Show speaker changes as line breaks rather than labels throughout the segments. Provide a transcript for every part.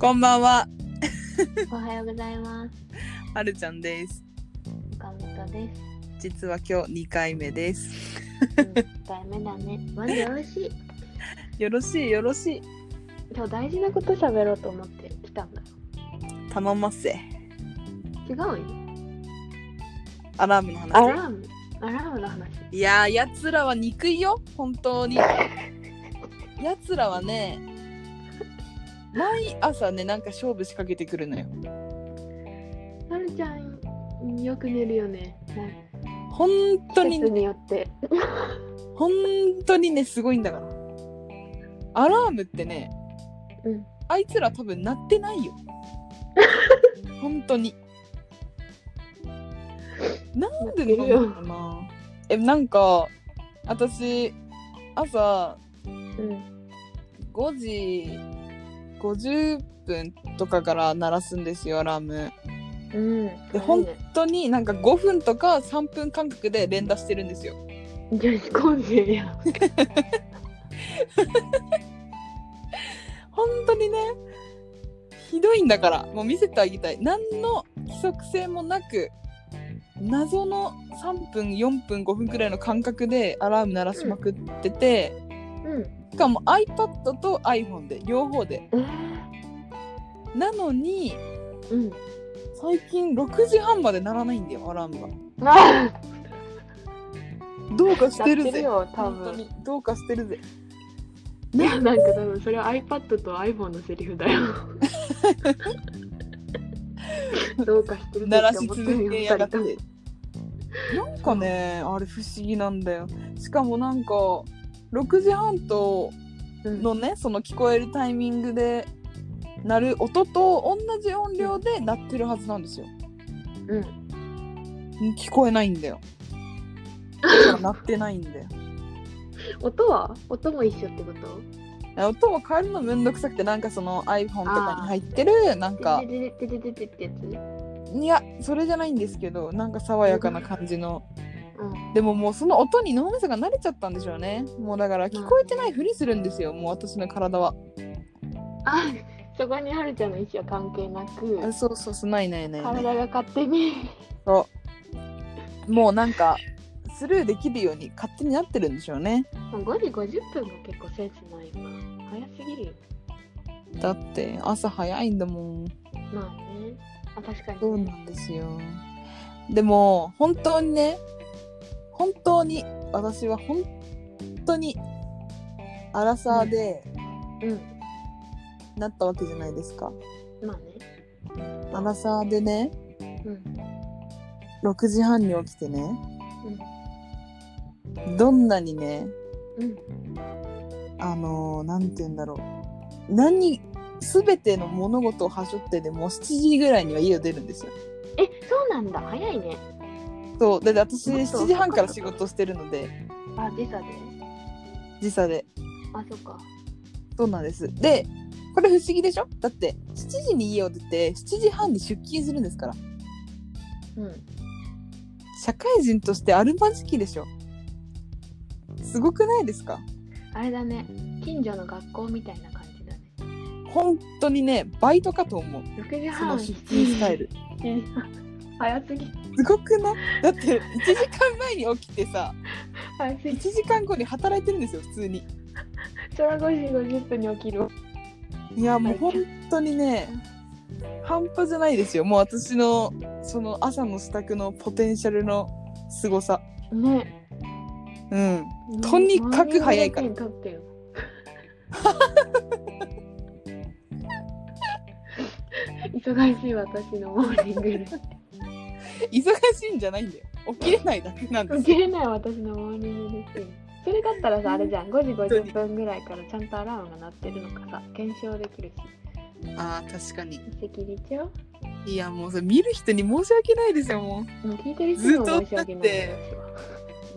こんばんは、
おはようございます。
はるちゃんです。
岡本です。
実は今日2回目です。
うん一回目だね。まずよろしい。
よろしいよろしい。
今日大事なこと喋ろうと思って来たんだ。
頼ませ。
違うんよ。
アラームの
ア
話。
ラーム。アラームの話。
いやー、やつらは憎いよ、本当に。やつらはね、毎朝ね、なんか勝負仕掛けてくるのよ。
はるちゃん、よく寝るよね。
本当
季
に
節、によって。
本当にね、すごいんだから。アラームってね、
うん。
あいつら多分鳴ってない よ。本当に。なんでなんだろうな。え、なんか、私、朝
うん。
5時50分とかから鳴らすんですよ、アラーム。
うん。
で
早いね
本当になんか5分とか3分間隔で連打してるんですよ。
女子高生や。
本当にね、ひどいんだから、もう見せてあげたい。何の規則性もなく、謎の3分、4分、5分くらいの間隔でアラーム鳴らしまくってて、
うん。
しかも iPad と iPhone で、両方で。
え
なのに、
ー、うん。
最近6時半まで鳴らないんだよ、アラームが。
ああ。
どうかし
やってて
る
る
ぜ。
よ、多
本当
分。
に、どうかしてるぜ。
いや、なんか多分それは iPad と iPhone のセリフだよ。どうかしてる
鳴らし続けやがっ
二人とも
て。なんかね、あれ不思議なんだよ。しかもなんか、6時半と
うん
のね、その聞こえるタイミングで鳴る音と同じ音量で鳴ってるはずなんですよ。
うん、
聞こえないんだ よ。だから鳴ってないんだよ。
音は音も一緒ってこと
音を変えるのめんどくさくて、なんかその iPhone とかに入ってる、なんか、
てててててててってや
いや、それじゃないんですけど、なんか爽やかな感じの。
つ、うん、
でももうその音に脳みそが慣れちゃったんでしょうね。もうだから聞こえてないふりするんですよ、もう私の体は。
あそこにはるちゃんの意思は関係な
あ
く
そうそうそう、ないないないない。
体が勝手に
そう。もうなんか、スルーできるように勝手になってるんでしょうね。
もう5時50分が結構センスないな早すぎるよ
だって朝早いんだもん。
まあねあ確か
そう
に、
な
ね、
んですよ。でも、本当にね、本当に、私は本当に、アラサーで
うん
なったわけじゃないですか。
まあね
アラサーでね、
うん
6時半に起きてね、
うん
どんなにね、
うん
あのー、なんて言うんだろう。何、すべての物事をはしょってでも7時ぐらいには家を出るんですよ。
えそうなんだ早いね
そう、だって私
もっと
7時半から仕事してるので、
あ時差で
時差で。
あそっか
そうなんです。で、これ不思議でしょだって7時に家を出て7時半に出勤するんですから。
うん
社会人としてあるまじきでしょ。すごくないですか
あれだね近所の学校みたいな感じだね
本当にね、バイトかと思う。
6時
その
半
出勤スタイル。
早すぎ
すごくないだって1時間前に起きてさ、
早すぎ
1時間後に働いてるんですよ、普通に。
そら5時50分に起きる
いやもう本当にね半端じゃないですよもう私のその朝の支度のポテンシャルの凄さ
ね
うんとにかく早いから
周りの意見取ってよ忙しい私のモーニングルー
忙しいんじゃないんだよ起きれないだけなんで
テン
す
受
よ
けれない私のモーニングルーティンそれだったらさあれじゃん5時50分ぐらいからちゃんとアラームが鳴ってるのかさ検証できるし
あー確かに
一石二鳥も
いやもうそれ見る人に申し訳ないですよも
う聞いてる人にも申し訳ない
ずっと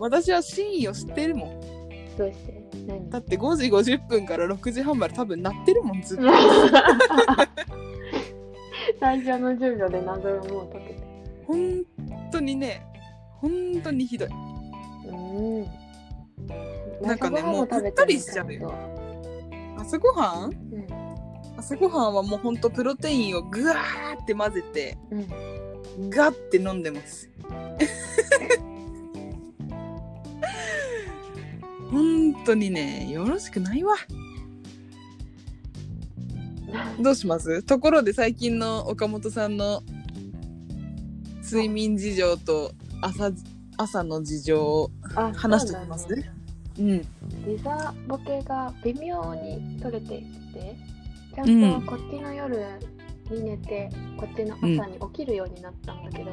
う
私は
私は真意を知ってるもん
どうして何
だって5時50分から6時半まで多分鳴ってるもんずっと
最初の10秒で謎がもう解けて
本当にね本当にひどい
うん
なんかねもうぐったりしちゃうよ
よ、
朝ごはん
うん、
朝ごはんはもうほんとプロテインをぐわーって混ぜて
うん
ガッて飲んでます。 本当にねよろしくないわ。どうしますところで最近の岡本さんの睡眠事情と朝朝の事情を
あ
話しておきます
そうだね
うん
時差ボケが微妙に取れてきてちゃ
うん
んとこっちの夜に寝て、こっちの朝に起きるようになったんだけど、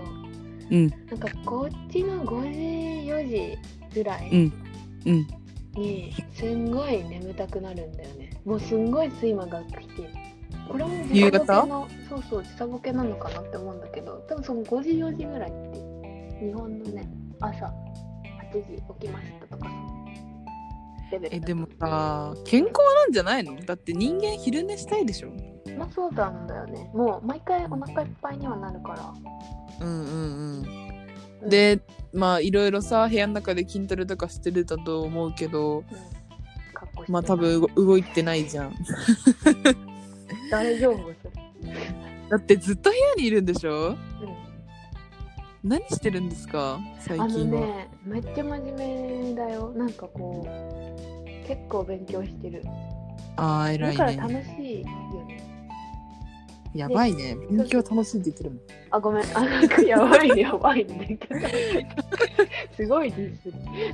うん
なんかこっちの5時4時ぐら
うん
い
うん
にすんごい眠たくなるんだよねもうすんごい睡魔が来てこれも時
夕
差ボ
方
ケのそうそう時差ボケなのかなって思うんだけど多分その5時4時ぐらいって日本のね朝8時起きましたとかさレベルだ
え
と
でもさ健康なんじゃないのだって人間昼寝したいでしょ
まあそうなんだよね。もう毎回お腹いっぱいにはなるから。
うんうんう
うんん
でまあいろいろさ部屋の中で筋トレとかしてるだと思うけど
うん、かっこいい。
まあ多。分動いてないじゃん
大丈夫それ。
だってずっと部屋にいるんでしょ
う
何してるんですか最
ん、あの
近は、
ね、めっちゃ真面目だよ。なんかこう、結構勉強してる。
あー偉
だから
いね
楽しいよね。
やばいね勉強楽しいって言ってるもん
あ、ごめん。あ、なんかやばい、やばいんだけど。すごいです。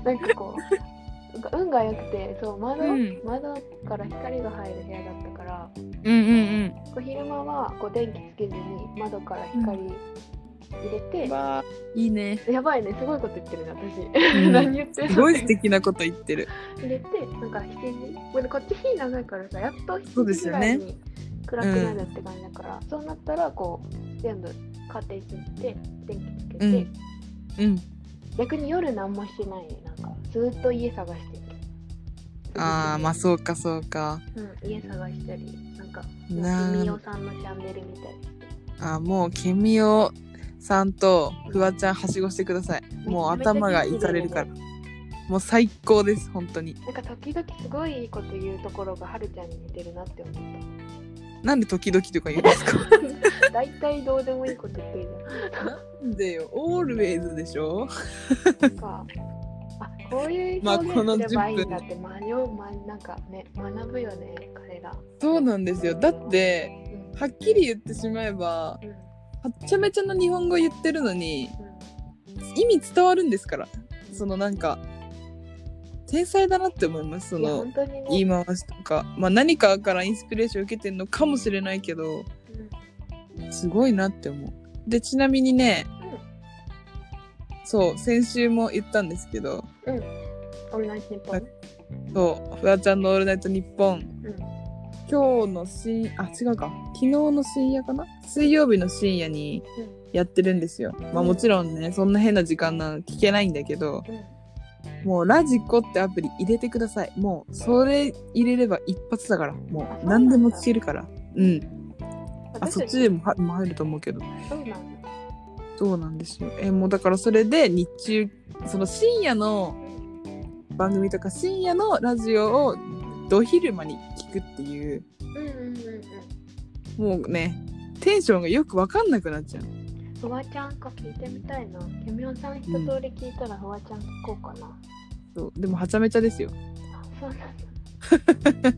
なんかこう、なんか運が良くて、そう、窓、
うん
窓から光が入る部屋だったから、
うんうん
こう昼間はこう電気つけずに窓から光入れて、
うんわーいい ね、
やばいね、すごいこと言ってるね、私。
うん
何言ってる
すごい素敵なこと言ってる
入れて、なんか7時、これこっち日長いからさ、やっと
そうで
7時
す
ぐ
よ
ら
ね
いに暗くなるって感じだから、そうなったら、こう、全部カーテン閉めて、電気つけて、
うんうん
逆に夜何もしてないね、なんか、ずーっと家探してる。
あーまあそうかそうか
う。うん、家探したり、なんか、
な
みおさんのチャンネル見たり
あもうケミオさんとフワちゃんはしごしてくださいもう頭がいかれるからもう最高です本当に
なんか時々すごいいいこと言うところがはるちゃんに似てるなって思っ
なんで時々とか言うんですか
た。大体どうでもいいこと言ってるじゃん。
なんでよオールウェイズでしょ
か。あ、こういう
まあこの
表現すればいいんだ
10
って、まよう、ま、なんかね、学ぶよね、彼ら。
そうなんですよだって
うん、うん、
はっきり言ってしまえばはっちゃめちゃな日本語言ってるのに意味伝わるんですからそのなんか天才だなって思いますそ
うん。いや、
の
本当に
言
ね。
い回しとか、まあ、何かからインスピレーション受けてるのかもしれないけど
うん
すごいなって思うでちなみにね、そう先週も言ったんですけど
うん。オールナイトニッポン。
そうフワちゃんの「オールナイトニッポン
うん。」
今日の深あ違うか昨日の深夜かな水曜日の深夜に
うん
やってるんですよまあもちろんねそんな変な時間なの聞けないんだけど
うん。
もうラジコってアプリ入れてくださいもうそれ入れれば一発だから
あ
も
そううな
何
んだ
でも聞けるからうんあ
私
そったちでもはもう入ると思うけど
そうなんだ。
そうなんですよ。えもうだからそれで日中その深夜の番組とか深夜のラジオをど昼間に聞くっていう
うんうんうんうん。
もうねテンションがよく分かんなくなっちゃう。
フワちゃんか聞いてみたいな。ケミオさん一通り聞いたらフワちゃん聞こうかな。
そうでもはちゃめちゃですよ。
あそうなんだ。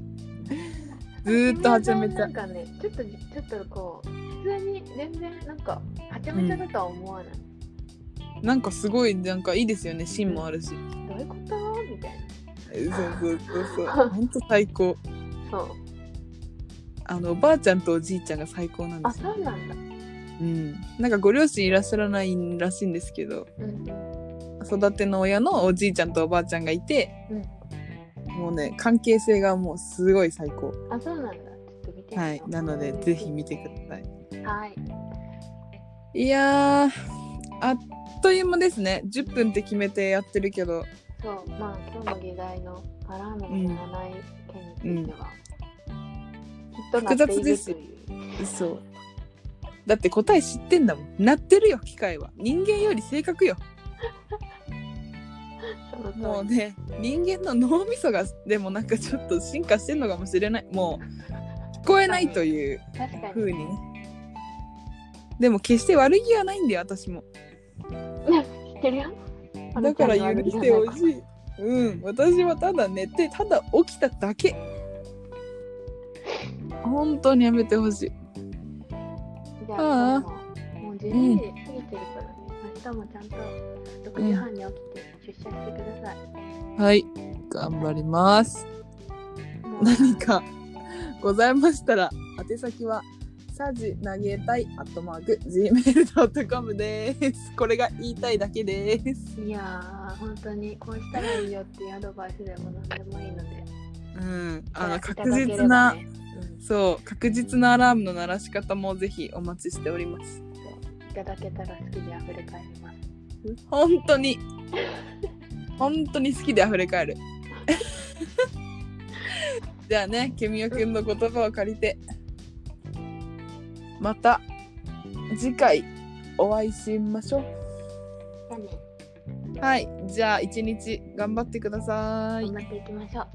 ずーっとはちゃめち
な
ゃ
ん。かね、ちょっと、ちょっとこう、普通に全然、なんか、はちゃめちゃだとは思わない。
なんかすごいなんかいいですよね芯もあるし。
どういうことみたいな。
えそうそうそうそう。本当最高。
そう。
あのおばあちゃんとおじいちゃんが最高なんで
あ、
すよ。
そうなん
う
だ。
ん。なんかご両親いらっしゃらないらしいんですけど
うん。
育ての親のおじいちゃんとおばあちゃんがいて。
うん。
もうね、関係性がもうすごい最高。
あ、そうなんだ。ちょっと見てみよう
はい。なので、ぜひ見てくださ
はい。
い。いやー、あっという間ですね。10分って決めてやってるけど、
そう、まあ、今日の議題のアラームの鳴らない件については、きっとなっているという。
そう。だって答え知ってんだもん。なってるよ、機械は。人間より正確よ。
そ
も
の
う
通り
ね、人間の脳みそが、でもなんかちょっと進化してんのかもしれない。もう、聞こえないという
確かに
風にねでも決して悪気はないんだよ私も
知ってるよ
だから許してほしいうん私はただ寝てただ起きただけ本当にやめてほしい
じゃ
あ
あ
あ
もうもう12時過ぎてるからね、明日もちゃんと6時半に起きて出社してください、
はい頑張ります
もう
何かございましたら宛先はさじ投げたいアットマーク gmail.com ですこれが言いたいだけです
いやー本当にこうしたらいいよっていうアドバイスでも何でもいいので
うんあ
い
の
ただ
確
けれ
実
ば
な、
ね
そう確実なアラームの鳴らし方もぜひお待ちしております
うんいただけたら好きで溢れ返ります
本当に本当に好きで溢れ返る じゃあねケミオくんの言葉を借りてまた次回お会いしましょ
じゃあね
うはいじゃあ一日頑張ってください
頑張っていきましょう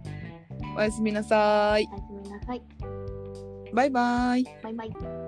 おやすみなさい
おやすみなさい
バイバイ
バイバイ